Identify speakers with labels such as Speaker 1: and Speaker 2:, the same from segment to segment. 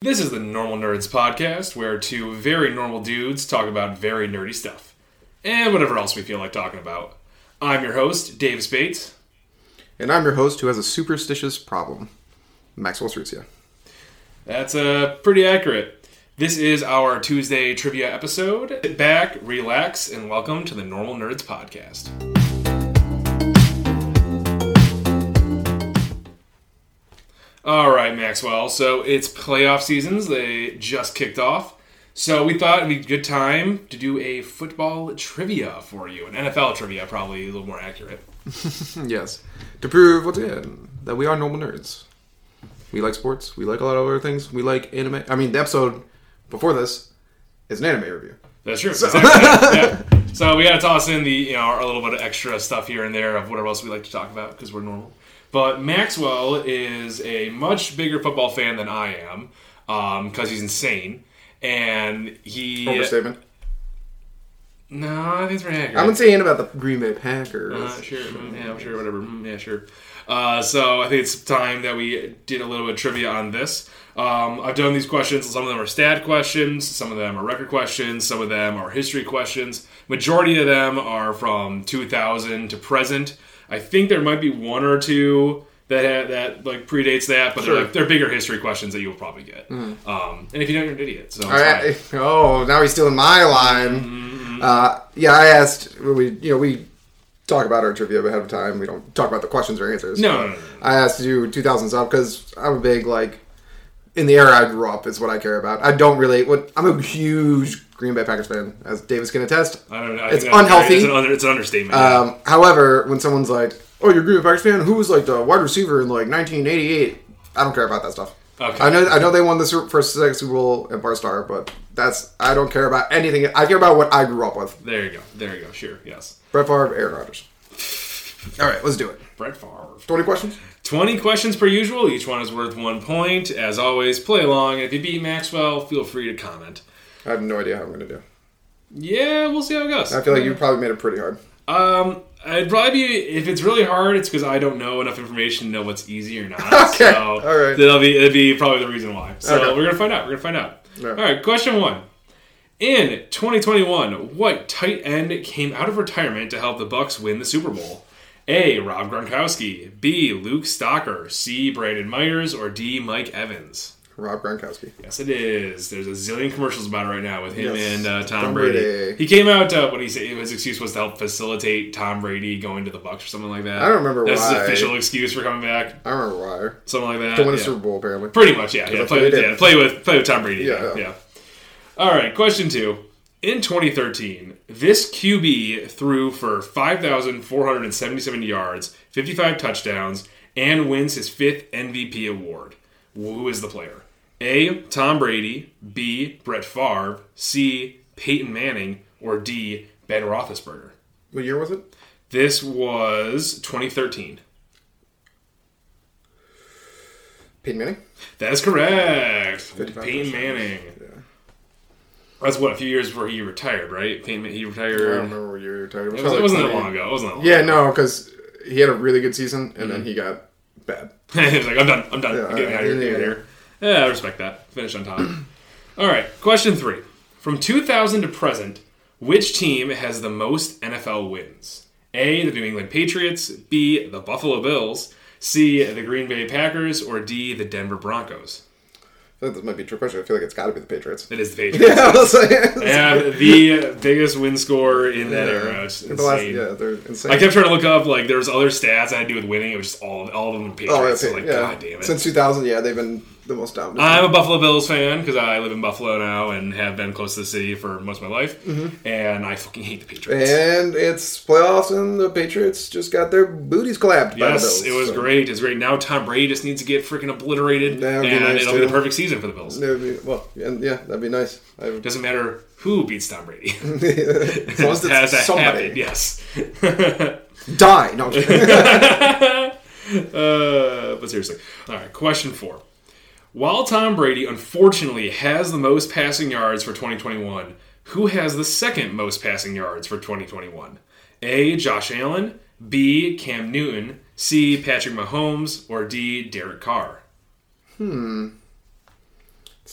Speaker 1: This is the Normal Nerds podcast, where two very normal dudes talk about very nerdy stuff and whatever else we feel like talking about. I'm your host, Dave Spates.
Speaker 2: And I'm your host who has a superstitious problem, Maxwell Cercia.
Speaker 1: That's uh, pretty accurate. This is our Tuesday trivia episode. Sit back, relax, and welcome to the Normal Nerds podcast. All right, Maxwell. So it's playoff seasons. They just kicked off. So we thought it'd be a good time to do a football trivia for you, an NFL trivia, probably a little more accurate.
Speaker 2: Hmm, yes, to prove once again that we are normal nerds. We like sports. We like a lot of other things. We like anime. I mean, the episode before this is an anime review.
Speaker 1: That's true. Exactly. Yeah. So we got to toss in the you know our little bit of extra stuff here and there of whatever else we like to talk about because we're normal. But Maxwell is a much bigger football fan than I am because he's insane and he.
Speaker 2: Overstatement.
Speaker 1: No, I think it's pretty accurate.
Speaker 2: I've been saying about the Green Bay Packers.
Speaker 1: Uh, sure. mm, Yeah, sure. Whatever. Mm, yeah, sure. Uh, so I think it's time that we did a little bit of trivia on this. Um, I've done these questions. Some of them are stat questions. Some of them are record questions. Some of them are history questions. Majority of them are from 2000 to present. I think there might be one or two that ha- that like predates that, but
Speaker 2: Sure. Mm.
Speaker 1: they're, like, they're bigger history questions that you'll probably get. Um, and if you don't, you're an idiot. So it's
Speaker 2: I-
Speaker 1: fine.
Speaker 2: I- oh, now he's stealing my line.
Speaker 1: Mm-hmm,
Speaker 2: Uh, yeah, I asked. We you know we talk about our trivia ahead of time. We don't talk about the questions or answers.
Speaker 1: No, no, no, no.
Speaker 2: I asked to do 2000 stuff because I'm a big like in the era I grew up is what I care about. I don't really. What I'm a huge Green Bay Packers fan, as Davis can attest.
Speaker 1: I don't know. I
Speaker 2: It's
Speaker 1: think that's-
Speaker 2: unhealthy.
Speaker 1: It's an, under, it's an understatement.
Speaker 2: Um, however, when someone's like, "Oh, you're a Green Bay Packers fan? Who was like the wide receiver in like 1988?" I don't care about that stuff.
Speaker 1: Okay.
Speaker 2: I know I know they won the Super- first Super Bowl at Barstar, but that's I don't care about anything. I care about what I grew up with.
Speaker 1: there you go. There you go. Sure. Yes.
Speaker 2: Brett Favre, Aaron Rodgers. All right, let's do it.
Speaker 1: Brett Favre.
Speaker 2: 20 questions.
Speaker 1: 20 questions per usual. Each one is worth one point. As always, play along. If you beat Maxwell, feel free to comment.
Speaker 2: I have no idea how I'm going to do.
Speaker 1: Yeah, we'll see how it goes.
Speaker 2: I feel like you probably made it pretty hard.
Speaker 1: Um, I'd probably be if it's really hard, it's because I don't know enough information to know what's easy or not.
Speaker 2: Okay,
Speaker 1: So
Speaker 2: all right.
Speaker 1: That'll be it'll be probably the reason why. So
Speaker 2: Okay.
Speaker 1: we're gonna find out. We're gonna find out.
Speaker 2: Yeah.
Speaker 1: All right. Question one. In 2021, what tight end came out of retirement to help the Bucks win the Super Bowl? A. Rob Gronkowski. B. Luke Stocker. C. Brandon Myers. Or D. Mike Evans.
Speaker 2: Rob Gronkowski.
Speaker 1: Yes, it is. There's a zillion commercials about it right now with him
Speaker 2: Yes.
Speaker 1: and uh, Tom,
Speaker 2: Tom
Speaker 1: Brady.
Speaker 2: Brady.
Speaker 1: He came out. Uh, what did he say? His excuse was to help facilitate Tom Brady going to the Bucks or something like that.
Speaker 2: I don't remember
Speaker 1: That's
Speaker 2: why.
Speaker 1: his official excuse for coming back.
Speaker 2: I remember why.
Speaker 1: Something like that.
Speaker 2: To win a
Speaker 1: Uh, yeah.
Speaker 2: Super Bowl, apparently.
Speaker 1: Pretty much, yeah. Yeah
Speaker 2: that's
Speaker 1: play,
Speaker 2: what he did.
Speaker 1: yeah, play with play with Tom Brady.
Speaker 2: Yeah,
Speaker 1: Yeah,
Speaker 2: yeah.
Speaker 1: yeah. All right. Question two. In 2013, this QB threw for 5,477 yards, 55 touchdowns, and wins his fifth MVP award. Who is the player? A. Tom Brady. B. Brett Favre. C. Peyton Manning. Or D. Ben Roethlisberger.
Speaker 2: What year was it?
Speaker 1: This was 2013.
Speaker 2: Peyton Manning?
Speaker 1: That is correct.
Speaker 2: 55%.
Speaker 1: Peyton Manning.
Speaker 2: Yeah.
Speaker 1: That's what a few years before he retired, right? Peyton, he
Speaker 2: I don't
Speaker 1: retired.
Speaker 2: remember what year you were talking about.
Speaker 1: It, was, it wasn't that long ago. It wasn't that long.
Speaker 2: Yeah, no, because he had a really good season and then
Speaker 1: Mm-hmm.
Speaker 2: he got bad.
Speaker 1: he was like, I'm done. I'm done.
Speaker 2: Yeah,
Speaker 1: I'm getting out of here.
Speaker 2: yeah,
Speaker 1: Get out of
Speaker 2: yeah.
Speaker 1: here. Yeah, I respect that. Finish on top. All right. Question three. From 2000 to present, which team has the most NFL wins? A. The New England Patriots. B. The Buffalo Bills. C. The Green Bay Packers. Or D. The Denver Broncos.
Speaker 2: I thought this might be a trick question. I feel like it's got to be the Patriots.
Speaker 1: It is the Patriots.
Speaker 2: I was like-
Speaker 1: They have the biggest win score in that era. It's
Speaker 2: The last-
Speaker 1: insane.
Speaker 2: yeah, they're insane.
Speaker 1: I kept trying to look up like there was other stats I had to do with winning. It was just all all of them were Patriots.
Speaker 2: oh, that's
Speaker 1: so,
Speaker 2: it.
Speaker 1: like
Speaker 2: yeah.
Speaker 1: god damn it.
Speaker 2: Since 2000, yeah, they've been the most dominant.
Speaker 1: I'm a Buffalo Bills fan because I live in Buffalo now and have been close to the city for most of my life,
Speaker 2: Mm-hmm.
Speaker 1: and I fucking hate the Patriots.
Speaker 2: and it's playoffs, and the Patriots just got their booties clapped by the
Speaker 1: yes,
Speaker 2: Bills,
Speaker 1: it was
Speaker 2: so.
Speaker 1: great. It's great. Now Tom Brady just needs to get freaking obliterated,
Speaker 2: That
Speaker 1: and
Speaker 2: would be nice,
Speaker 1: it'll be the
Speaker 2: too.
Speaker 1: perfect season for the Bills.
Speaker 2: It would be- well, and yeah, that'd be nice. I would,
Speaker 1: Doesn't matter who beats Tom Brady.
Speaker 2: as long as
Speaker 1: Has
Speaker 2: it's
Speaker 1: that
Speaker 2: somebody.
Speaker 1: happened? Yes.
Speaker 2: Die. No, I'm just kidding.
Speaker 1: Uh, but seriously. All right, question four. While Tom Brady unfortunately has the most passing yards for 2021, who has the second most passing yards for 2021? A. Josh Allen, B. Cam Newton, C. Patrick Mahomes, or D. Derek Carr?
Speaker 2: It's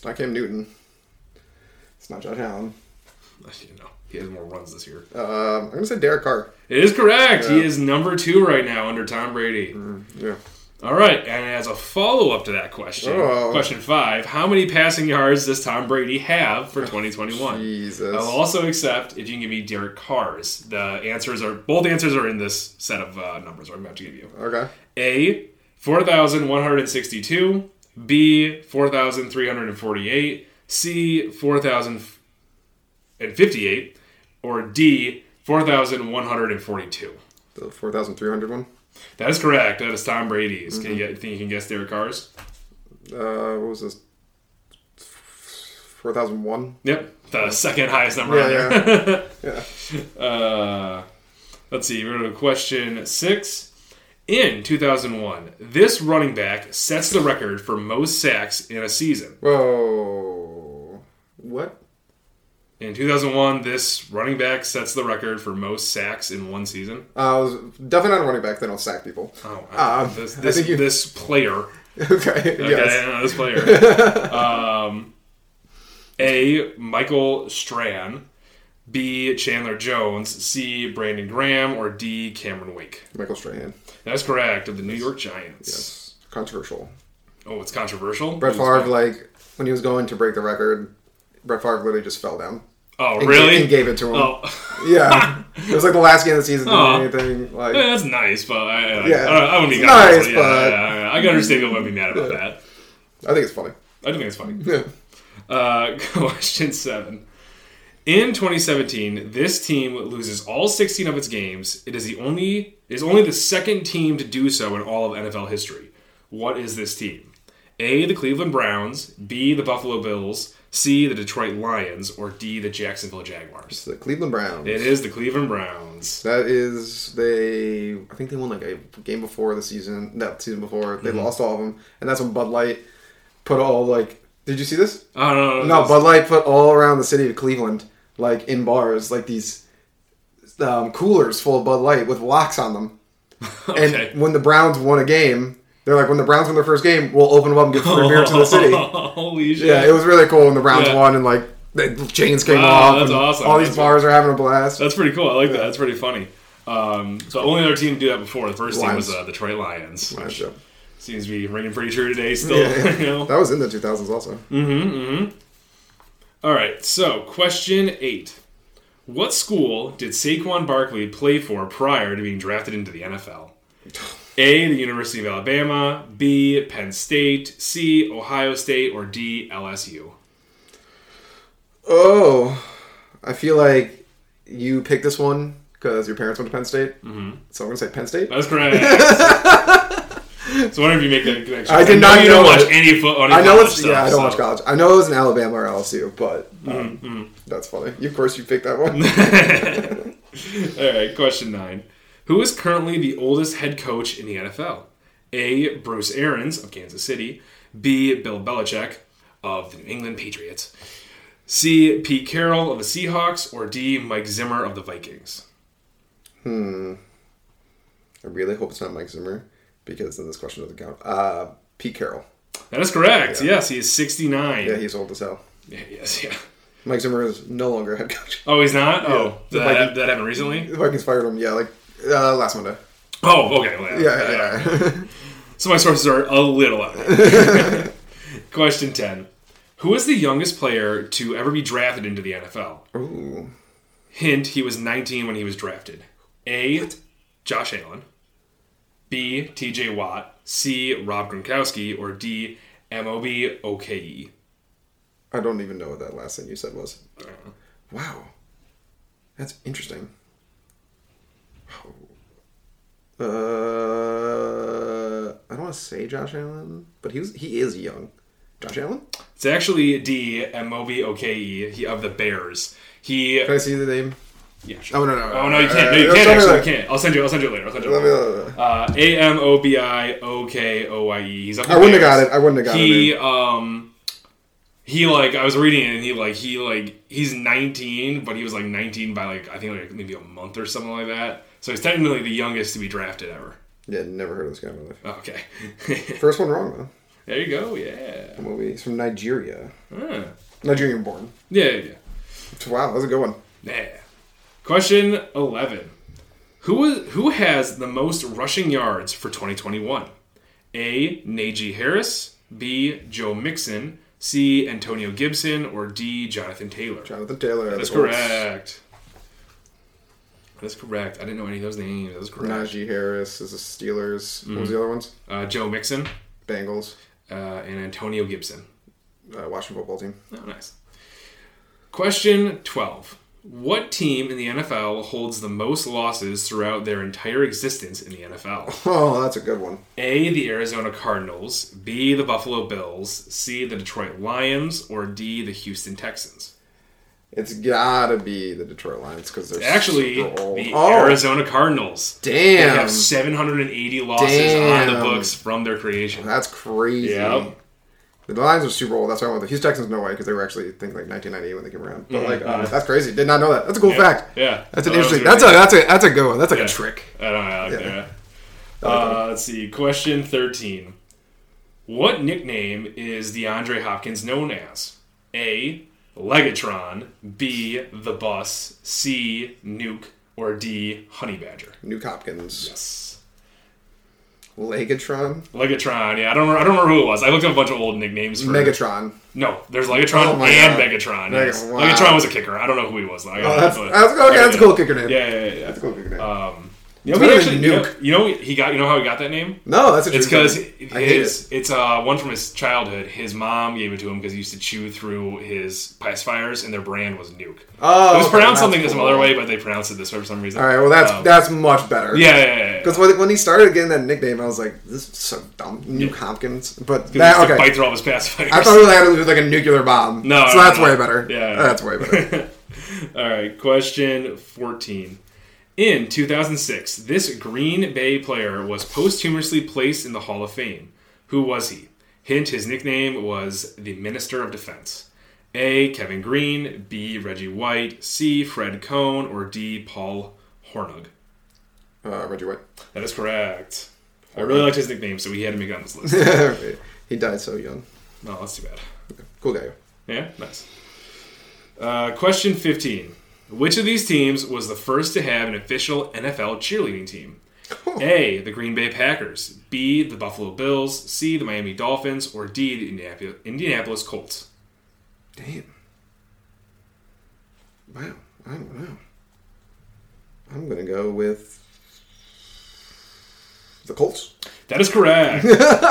Speaker 2: not Cam Newton. It's not Josh Allen.
Speaker 1: You know, he has more runs this year.
Speaker 2: Um, I'm gonna say Derek Carr.
Speaker 1: It is correct. He
Speaker 2: Yeah. Mm.
Speaker 1: is number two right now under Tom Brady.
Speaker 2: Yeah.
Speaker 1: All right, and as a follow up to that question,
Speaker 2: Oh.
Speaker 1: question five: How many passing yards does Tom Brady have for 2021?
Speaker 2: Jesus.
Speaker 1: I'll also accept if you can give me Derek Carr's. The answers are both answers are in this set of uh, numbers. I'm about to give you
Speaker 2: Okay.
Speaker 1: A four thousand one hundred sixty-two, B four thousand three hundred forty-eight, C four thousand and fifty-eight, or D four thousand one hundred forty-two.
Speaker 2: The 4,300 one.
Speaker 1: That is correct. That is Tom Brady's. Can you get, think you can guess Derek Carr's?
Speaker 2: Uh, what was this? 4001.
Speaker 1: Yep, the second highest number on
Speaker 2: Yeah,
Speaker 1: there.
Speaker 2: Yeah.
Speaker 1: Uh, let's see, we're going to question six. In 2001, this running back sets the record for most sacks in a season.
Speaker 2: Whoa. What?
Speaker 1: In 2001, this running back sets the record for most sacks in one season.
Speaker 2: Uh, I was definitely not a running back. They don't sack people.
Speaker 1: Oh, I-
Speaker 2: Um,
Speaker 1: this,
Speaker 2: I
Speaker 1: this,
Speaker 2: think you-
Speaker 1: this player.
Speaker 2: okay.
Speaker 1: Okay,
Speaker 2: Yes.
Speaker 1: no, this player. um, A. Michael Strahan. B. Chandler Jones. C. Brandon Graham. Or D. Cameron Wake.
Speaker 2: Michael Strahan.
Speaker 1: That's correct. Of the New York Giants.
Speaker 2: Yes. Controversial.
Speaker 1: Oh, it's controversial.
Speaker 2: Brett
Speaker 1: Who's-
Speaker 2: Favre, like, when he was going to break the record, Brett Favre literally just fell down.
Speaker 1: Oh,
Speaker 2: And
Speaker 1: really?
Speaker 2: Gave, and gave it to him.
Speaker 1: Oh,
Speaker 2: Yeah. it was like the last game of the season. Didn't
Speaker 1: Aw.
Speaker 2: mean anything. Like,
Speaker 1: yeah, that's nice, but I, I,
Speaker 2: Yeah.
Speaker 1: I, I wouldn't be
Speaker 2: It's nice,
Speaker 1: controversial. yeah,
Speaker 2: but-
Speaker 1: yeah, yeah. I can understand people would be mad about that.
Speaker 2: I think it's funny.
Speaker 1: I do think it's funny.
Speaker 2: Yeah.
Speaker 1: Uh, question seven. In 2017, this team loses all 16 of its games. It is the only is only the second team to do so in all of NFL history. What is this team? A. The Cleveland Browns. B. The Buffalo Bills. C. The Detroit Lions. Or D. The Jacksonville Jaguars.
Speaker 2: It's the Cleveland Browns.
Speaker 1: It is the Cleveland Browns.
Speaker 2: That is, they. I think they won like a game before the season. No, season before
Speaker 1: Mm-hmm.
Speaker 2: they lost all of them, and that's when Bud Light put all like. Did you see this?
Speaker 1: I don't know.
Speaker 2: No, Bud Light put all around the city of Cleveland, like in bars, like these um, coolers full of Bud Light with locks on them.
Speaker 1: Okay.
Speaker 2: And when the Browns won a game, they're like, when the Browns win their first game, we'll open them up and give free beer to the city.
Speaker 1: Holy shit.
Speaker 2: Yeah, it was really cool when the Browns
Speaker 1: Yeah.
Speaker 2: won and like the chains came
Speaker 1: Wow,
Speaker 2: off.
Speaker 1: that's
Speaker 2: and
Speaker 1: awesome.
Speaker 2: All these
Speaker 1: That's
Speaker 2: bars are having a blast.
Speaker 1: That's pretty cool. I like that. That's pretty funny. Um, the only other team to do that before, the first team was
Speaker 2: Lions.
Speaker 1: uh, Detroit Lions,
Speaker 2: Nice
Speaker 1: which
Speaker 2: show.
Speaker 1: seems to be ringing pretty true today still.
Speaker 2: Yeah, yeah.
Speaker 1: you know?
Speaker 2: That was in the 2000s also.
Speaker 1: All right, so question eight. What school did Saquon Barkley play for prior to being drafted into the NFL? A, the University of Alabama, B, Penn State, C, Ohio State, or D, LSU?
Speaker 2: Oh, I feel like you picked this one because your parents went to Penn State. Mm-hmm. So I'm going to say Penn State.
Speaker 1: That's correct. so I wonder if you make that connection.
Speaker 2: I did
Speaker 1: know
Speaker 2: not
Speaker 1: you don't
Speaker 2: know
Speaker 1: watch
Speaker 2: it.
Speaker 1: any foot.
Speaker 2: I know
Speaker 1: college
Speaker 2: it's
Speaker 1: stuff,
Speaker 2: yeah. I don't
Speaker 1: so. Mm-hmm,
Speaker 2: watch college. I know it was in Alabama or LSU, but um, that's funny. You, of course, you picked that one.
Speaker 1: All right, question nine. Who is currently the oldest head coach in the NFL? A. Bruce Arians of Kansas City. B. Bill Belichick of the New England Patriots. C. Pete Carroll of the Seahawks. Or D. Mike Zimmer of the Vikings.
Speaker 2: I really hope it's not Mike Zimmer because then this question doesn't count. Uh, Pete Carroll.
Speaker 1: That is correct. Yes, he is 69.
Speaker 2: Yeah, he's old as hell.
Speaker 1: Yeah, yes, yeah.
Speaker 2: Mike Zimmer is no longer head coach.
Speaker 1: Oh, he's not? Oh,
Speaker 2: The
Speaker 1: did that,
Speaker 2: Vikings-
Speaker 1: that happened recently?
Speaker 2: The Vikings fired him. Yeah, like uh, last Monday.
Speaker 1: Oh, okay. well,
Speaker 2: Yeah, yeah, yeah.
Speaker 1: So my sources are a little out of it. Question 10. Who is the youngest player to ever be drafted into the NFL?
Speaker 2: Ooh,
Speaker 1: Hint, he was 19 when he was drafted. A. Josh Allen. B. TJ Watt. C. Rob Gronkowski. Or D. MOB OKE.
Speaker 2: I don't even know what that last thing you said was.
Speaker 1: Uh-huh.
Speaker 2: Wow, that's interesting. Oh. Uh, I don't want to say Josh Allen, but he was he is young. Josh Allen.
Speaker 1: It's actually D. MOB OKE E. he, of the Bears. He.
Speaker 2: Can I see the name?
Speaker 1: Yeah, sure.
Speaker 2: Oh no no.
Speaker 1: Oh no, you can't. No, you can't. Actually, you can't. I'll send you. I'll send you later. I'll send you. Later. Uh, A M O B I O K O Y E. He's up.
Speaker 2: I wouldn't have got it. I wouldn't have got
Speaker 1: he
Speaker 2: it.
Speaker 1: um he like I was reading it and he like he like he's 19 but he was like 19 by like I think like maybe a month or something like that so he's technically the youngest to be drafted ever
Speaker 2: Yeah, never heard of this guy in my life.
Speaker 1: okay
Speaker 2: First one wrong though.
Speaker 1: There you go. Yeah.
Speaker 2: The movie. He's from Nigeria.
Speaker 1: Huh.
Speaker 2: Nigerian born.
Speaker 1: Yeah. Yeah. yeah.
Speaker 2: Wow, that's a good one.
Speaker 1: Yeah. Question eleven: Who is who has the most rushing yards for 2021? A. Najee Harris. B. Joe Mixon. C. Antonio Gibson. Or D. Jonathan Taylor.
Speaker 2: Jonathan Taylor.
Speaker 1: That's
Speaker 2: the Colts.
Speaker 1: correct. That's correct. I didn't know any of those names. That's correct.
Speaker 2: Najee Harris is the Steelers. What was the other ones?
Speaker 1: Uh, Joe Mixon
Speaker 2: Bengals.
Speaker 1: uh, and Antonio Gibson.
Speaker 2: Uh, Washington football team.
Speaker 1: Oh, nice. Question 12. What team in the NFL holds the most losses throughout their entire existence in the NFL?
Speaker 2: Oh, that's a good one.
Speaker 1: A. The Arizona Cardinals. B. The Buffalo Bills. C. The Detroit Lions. Or D. The Houston Texans.
Speaker 2: It's gotta be the Detroit Lions because they're
Speaker 1: Actually,
Speaker 2: super old.
Speaker 1: the
Speaker 2: oh,
Speaker 1: Arizona Cardinals. They
Speaker 2: damn,
Speaker 1: have 780 losses on the
Speaker 2: Damn.
Speaker 1: books from their creation.
Speaker 2: that's crazy.
Speaker 1: Yep.
Speaker 2: The Lions are Super Bowl. That's why I went with the Houston Texans. No way, because they were actually I think like 1998 when they came around. But like, um, that's crazy. Did not know that. That's a cool fact.
Speaker 1: Yeah.
Speaker 2: That's an
Speaker 1: Mm-hmm. Oh, that was really
Speaker 2: interesting. That's a that's a that's a good one. That's like
Speaker 1: Yeah.
Speaker 2: a trick.
Speaker 1: I don't know. I like
Speaker 2: Yeah.
Speaker 1: that. Uh, let's see. Question 13. What nickname is DeAndre Hopkins known as? A. Legatron. B. The Bus. C. Nuke. Or D. Honey Badger.
Speaker 2: New Hopkins,
Speaker 1: Yes.
Speaker 2: Legatron,
Speaker 1: Legatron. Yeah, I don't. Remember, I don't remember who it was. I looked up a bunch of old nicknames. For,
Speaker 2: Megatron.
Speaker 1: No, there's Legatron
Speaker 2: Oh my
Speaker 1: and
Speaker 2: God.
Speaker 1: Megatron. Yes.
Speaker 2: Mega- wow.
Speaker 1: Legatron was a kicker. I don't know who he was. though. I
Speaker 2: Oh,
Speaker 1: got
Speaker 2: that's,
Speaker 1: but-
Speaker 2: that's okay. That's a cool kicker name.
Speaker 1: Yeah, yeah, yeah. yeah.
Speaker 2: That's a cool kicker name.
Speaker 1: Um, you know,
Speaker 2: It's
Speaker 1: he
Speaker 2: better
Speaker 1: actually,
Speaker 2: than
Speaker 1: you know,
Speaker 2: Nuke.
Speaker 1: you know, he got. You know how he got that name?
Speaker 2: no, that's a true
Speaker 1: It's because
Speaker 2: kicker name. I hate it.
Speaker 1: his it's uh one from his childhood. His mom gave it to him because he used to chew through his pacifiers, and their brand was Nuke.
Speaker 2: Oh,
Speaker 1: it was pronounced
Speaker 2: okay, that's
Speaker 1: something some
Speaker 2: cool.
Speaker 1: other way, but they pronounced it this way for some reason.
Speaker 2: All right, well that's
Speaker 1: Um,
Speaker 2: that's much better.
Speaker 1: yeah, yeah, yeah, yeah.
Speaker 2: Because when, when he started getting that nickname, I was like, "This is so dumb, Nuke Hopkins." But
Speaker 1: He used
Speaker 2: that
Speaker 1: to
Speaker 2: okay,
Speaker 1: bite through all his pacifiers.
Speaker 2: I thought it had to do with like a nuclear bomb.
Speaker 1: No,
Speaker 2: so
Speaker 1: no,
Speaker 2: that's
Speaker 1: no.
Speaker 2: way better.
Speaker 1: Yeah, yeah.
Speaker 2: that's way better.
Speaker 1: All right, question 14. In 2006, this Green Bay player was posthumously placed in the Hall of Fame. Who was he? Hint his nickname was the Minister of Defense. A. Kevin Green, B. Reggie White, C. Fred Cohn, or D. Paul Hornung.
Speaker 2: Uh, Reggie White.
Speaker 1: That is correct. I really liked his nickname, so he had to make it on this list.
Speaker 2: he died so young.
Speaker 1: no, that's too bad.
Speaker 2: Cool guy.
Speaker 1: Yeah, nice. Uh, question 15. Which of these teams was the first to have an official NFL cheerleading team? A. The Green Bay Packers. B. The Buffalo Bills. C. The Miami Dolphins. Or D. The Indianapolis, Indianapolis Colts.
Speaker 2: Damn. Wow. I don't know. I'm gonna go with the Colts.
Speaker 1: That is correct.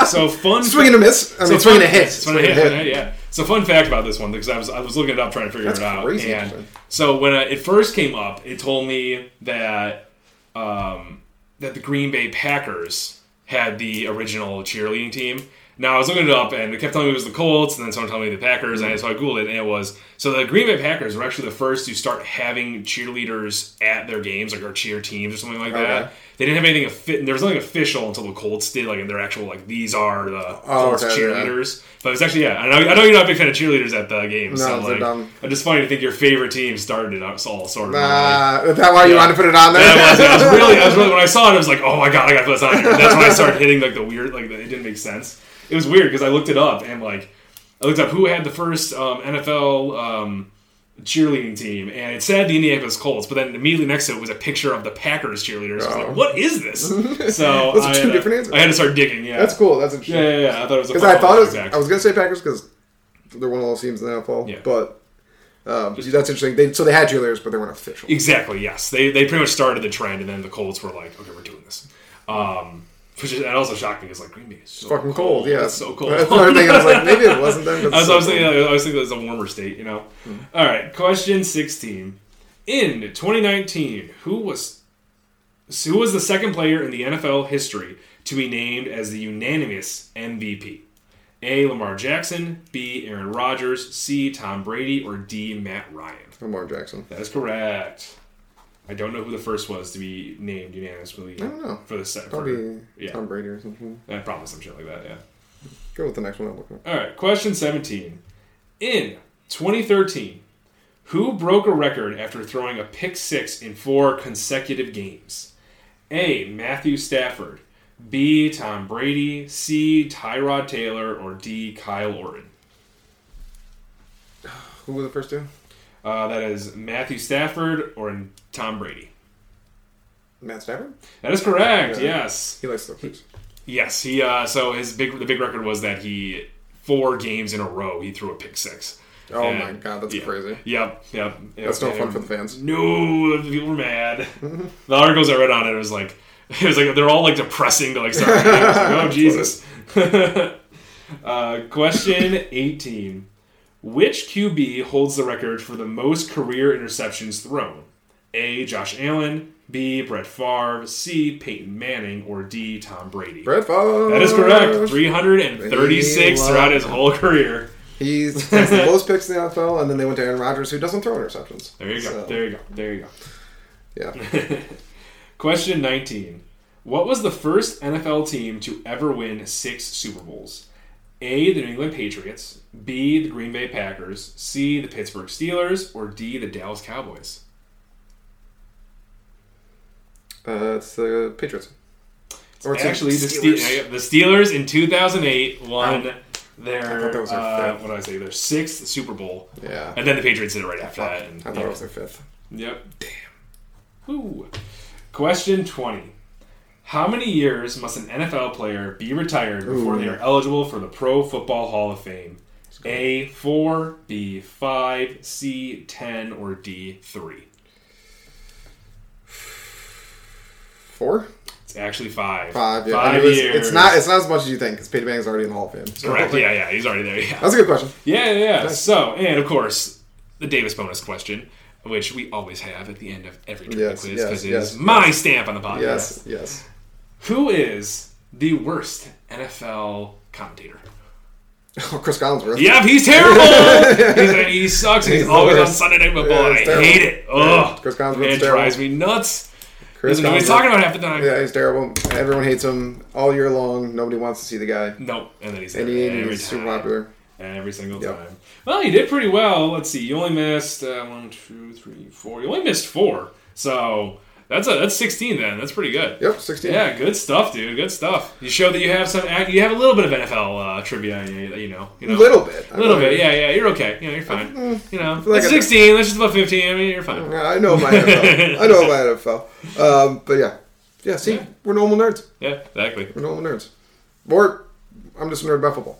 Speaker 1: so fun.
Speaker 2: Swing and a miss. I mean, swing and a hit.
Speaker 1: Swing and a hit. swing and a hit, Yeah. So fun fact about this one because I was I was looking it up trying to figure
Speaker 2: That's
Speaker 1: it out.
Speaker 2: crazy
Speaker 1: and
Speaker 2: interesting.
Speaker 1: so when I, it first came up, it told me that um, that the Green Bay Packers had the original cheerleading team. Now I was looking it up and it kept telling me it was the Colts, and then someone told me the Packers, and so I googled it, and it was so the Green Bay Packers were actually the first to start having cheerleaders at their games, like or cheer teams or something like that.
Speaker 2: Okay.
Speaker 1: They didn't have anything official. There was nothing official until the Colts did, like their actual like these are the
Speaker 2: Oh,
Speaker 1: Colts
Speaker 2: okay, yeah.
Speaker 1: cheerleaders. But it's actually yeah. I know, I know you're not a big fan of cheerleaders at the games.
Speaker 2: No,
Speaker 1: so,
Speaker 2: they're
Speaker 1: like,
Speaker 2: dumb.
Speaker 1: I'm just funny to think your favorite team started it us all sort of. like-
Speaker 2: Uh, is that why you
Speaker 1: Yeah.
Speaker 2: wanted to put it on there?
Speaker 1: that was, I was really, I was really when I saw it, I was like, oh my god, I gotta put this on here. And that's when I started hitting like the weird, like the, it didn't make sense. It was weird because I looked it up and like I looked up who had the first um, NFL um, cheerleading team, and it said the Indianapolis Colts, but then immediately next to it was a picture of the Packers cheerleaders. I was
Speaker 2: Oh.
Speaker 1: like, what is this? So
Speaker 2: Those are
Speaker 1: I
Speaker 2: two
Speaker 1: had to-
Speaker 2: different answers.
Speaker 1: I had to start digging. Yeah,
Speaker 2: That's cool. That's interesting.
Speaker 1: Yeah, yeah, yeah. I thought it was a
Speaker 2: Because I
Speaker 1: fun
Speaker 2: thought it was,
Speaker 1: fact.
Speaker 2: I was gonna say Packers because they're one of those teams in the NFL.
Speaker 1: Yeah.
Speaker 2: But um, that's interesting. They, so they had cheerleaders, but they weren't official.
Speaker 1: Exactly. Yes, they they pretty much started the trend, and then the Colts were like, okay, we're doing this. Um, which is, that also shocked me. It's like Green Bay is so
Speaker 2: Fucking cold. Yeah,
Speaker 1: It's so cold.
Speaker 2: That's another thing. I was like, maybe it wasn't them. 'cause
Speaker 1: I was,
Speaker 2: it's
Speaker 1: I
Speaker 2: so
Speaker 1: was thinking,
Speaker 2: cold. Hmm.
Speaker 1: I was thinking it was a warmer state, you know. All right, question sixteen. In 2019, who was who was the second player in the NFL history to be named as the unanimous MVP? A. Lamar Jackson, B. Aaron Rodgers, C. Tom Brady, or D. Matt Ryan.
Speaker 2: Lamar Jackson.
Speaker 1: That is correct. I don't know who the first was to be named unanimously. I
Speaker 2: don't know.
Speaker 1: For the set.
Speaker 2: Probably
Speaker 1: Yeah.
Speaker 2: Tom Brady or something.
Speaker 1: For, I promise some shit like that, yeah.
Speaker 2: Go with the next one. I'm looking at.
Speaker 1: All right, question 17. In 2013, who broke a record after throwing a pick six in four consecutive games? A. Matthew Stafford. B. Tom Brady. C. Tyrod Taylor. Or D. Kyle Orton.
Speaker 2: Who were the first two?
Speaker 1: Uh, that is Matthew Stafford or Tom Brady.
Speaker 2: Matt Stafford.
Speaker 1: That is correct.
Speaker 2: Yeah.
Speaker 1: Yes.
Speaker 2: He likes the Clippers.
Speaker 1: Yes. He. Uh, so his big the big record was that he four games in a row he threw a pick six.
Speaker 2: Oh
Speaker 1: And-
Speaker 2: my god, that's
Speaker 1: yeah.
Speaker 2: crazy.
Speaker 1: Yep, yep. yep
Speaker 2: That's no
Speaker 1: and-
Speaker 2: fun for the fans.
Speaker 1: No, people were mad. the articles I read on it, it was like it was like they're all like depressing to like start. the game. It's like, oh Jesus. uh, question eighteen: Which QB holds the record for the most career interceptions thrown? A. Josh Allen. B. Brett Favre. C. Peyton Manning. Or D. Tom Brady.
Speaker 2: Brett Favre.
Speaker 1: that is correct. 336 throughout his whole career.
Speaker 2: He's that's the most picks in the NFL, and then they went to Aaron Rodgers, who doesn't throw interceptions.
Speaker 1: There you go.
Speaker 2: So,
Speaker 1: There you go. There you go.
Speaker 2: yeah.
Speaker 1: Question 19. What was the first NFL team to ever win six Super Bowls? A. The New England Patriots. B. The Green Bay Packers. C. The Pittsburgh Steelers. Or D. The Dallas Cowboys.
Speaker 2: Uh, it's the Patriots. Or it's
Speaker 1: Actually, the Steelers. the Steelers in 2008 won
Speaker 2: I thought
Speaker 1: their
Speaker 2: that was their
Speaker 1: uh,
Speaker 2: fifth.
Speaker 1: what did I say? Their sixth Super Bowl,
Speaker 2: Yeah.
Speaker 1: and then the Patriots did it right after that.
Speaker 2: I
Speaker 1: and-
Speaker 2: thought it was their fifth.
Speaker 1: Yep. Damn. Woo. Question 20. How many years must an NFL player be retired before
Speaker 2: Ooh.
Speaker 1: they are eligible for the Pro Football Hall of Fame? A four, B five, C ten, or D three.
Speaker 2: Four,
Speaker 1: It's actually five.
Speaker 2: five. Yeah. I
Speaker 1: Five
Speaker 2: mean, it's,
Speaker 1: years.
Speaker 2: it's not. It's not as much as you think because Peyton Manning's already in the Hall of Fame. So-
Speaker 1: correct. Yeah, yeah. He's already there. Yeah.
Speaker 2: That's a good question.
Speaker 1: Yeah, yeah. yeah. So, and of course, the Davis bonus question, which we always have at the end of every trivia
Speaker 2: Yes,
Speaker 1: quiz
Speaker 2: yes,
Speaker 1: because
Speaker 2: yes,
Speaker 1: it is my stamp on the podcast.
Speaker 2: Yes. Yes.
Speaker 1: Who is the worst NFL commentator?
Speaker 2: Oh, Chris Collinsworth.
Speaker 1: Yep, he's terrible. he's, he sucks. He's,
Speaker 2: He's the
Speaker 1: always on
Speaker 2: worst.
Speaker 1: Sunday Night Football.
Speaker 2: Yeah,
Speaker 1: and I
Speaker 2: he's terrible.
Speaker 1: hate it. Ugh,
Speaker 2: Chris Collinsworth's
Speaker 1: man
Speaker 2: terrible.
Speaker 1: drives me nuts. He
Speaker 2: Chris
Speaker 1: doesn't know what he's
Speaker 2: Collinsworth.
Speaker 1: talking about half the time.
Speaker 2: Yeah, he's terrible. Everyone hates him all year long. Nobody wants to see the guy.
Speaker 1: Nope, and then he's there
Speaker 2: And he,
Speaker 1: every
Speaker 2: he's super
Speaker 1: time.
Speaker 2: popular.
Speaker 1: every single
Speaker 2: Yep.
Speaker 1: time. Well, you did pretty well. Let's see, you only missed uh, one, two, three, four. You only missed four, so that's a that's sixteen. Then that's pretty good.
Speaker 2: Yep, sixteen.
Speaker 1: Yeah, good stuff, dude. Good stuff. You show that you have some. You have a little bit of NFL uh, trivia. You you know, you know,
Speaker 2: A little bit.
Speaker 1: A little bit, yeah, yeah. You're okay. Yeah, you're fine. You know,
Speaker 2: Mm. like
Speaker 1: it's
Speaker 2: I- Mm.
Speaker 1: 16. That's just about 15. I mean, you're fine.
Speaker 2: Yeah, I know my NFL. I know my NFL. Um, but yeah, yeah. See,
Speaker 1: Yeah.
Speaker 2: we're normal nerds.
Speaker 1: Yeah, exactly.
Speaker 2: We're normal nerds. Or I'm just a nerd about football.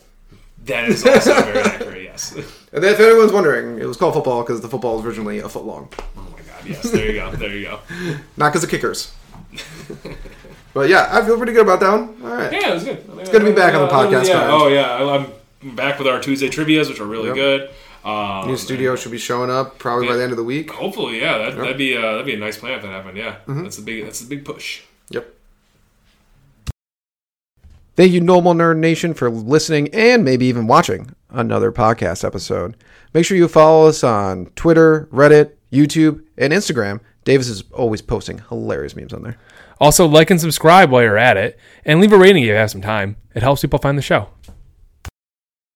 Speaker 1: That is also very accurate. Yes. Oh
Speaker 2: And if anyone's wondering, it was called football because the football was originally a foot long,
Speaker 1: Oh my God. Yes. There you go. There you go.
Speaker 2: not because of kickers. but yeah, I feel pretty good about that one. All right.
Speaker 1: Yeah, it was good. It's
Speaker 2: good to be back on the podcast,
Speaker 1: Yeah.
Speaker 2: guys.
Speaker 1: Oh yeah. I'm back with our Tuesday trivia's, which are really
Speaker 2: Yep.
Speaker 1: good. Um,
Speaker 2: New studio should be showing up probably by the end of the week.
Speaker 1: and Hopefully, yeah. That, That'd be uh, that'd be a nice plan if that happened. Yeah.
Speaker 2: Mm-hmm.
Speaker 1: That's a big that's a big push.
Speaker 2: Yep. Thank you, Normal Nerd Nation, for listening and maybe even watching another podcast episode. Make sure you follow us on Twitter, Reddit, YouTube, and Instagram. Davis is always posting hilarious memes on there.
Speaker 3: Also, like and subscribe while you're at it, and leave a rating if you have some time. It helps people find the show.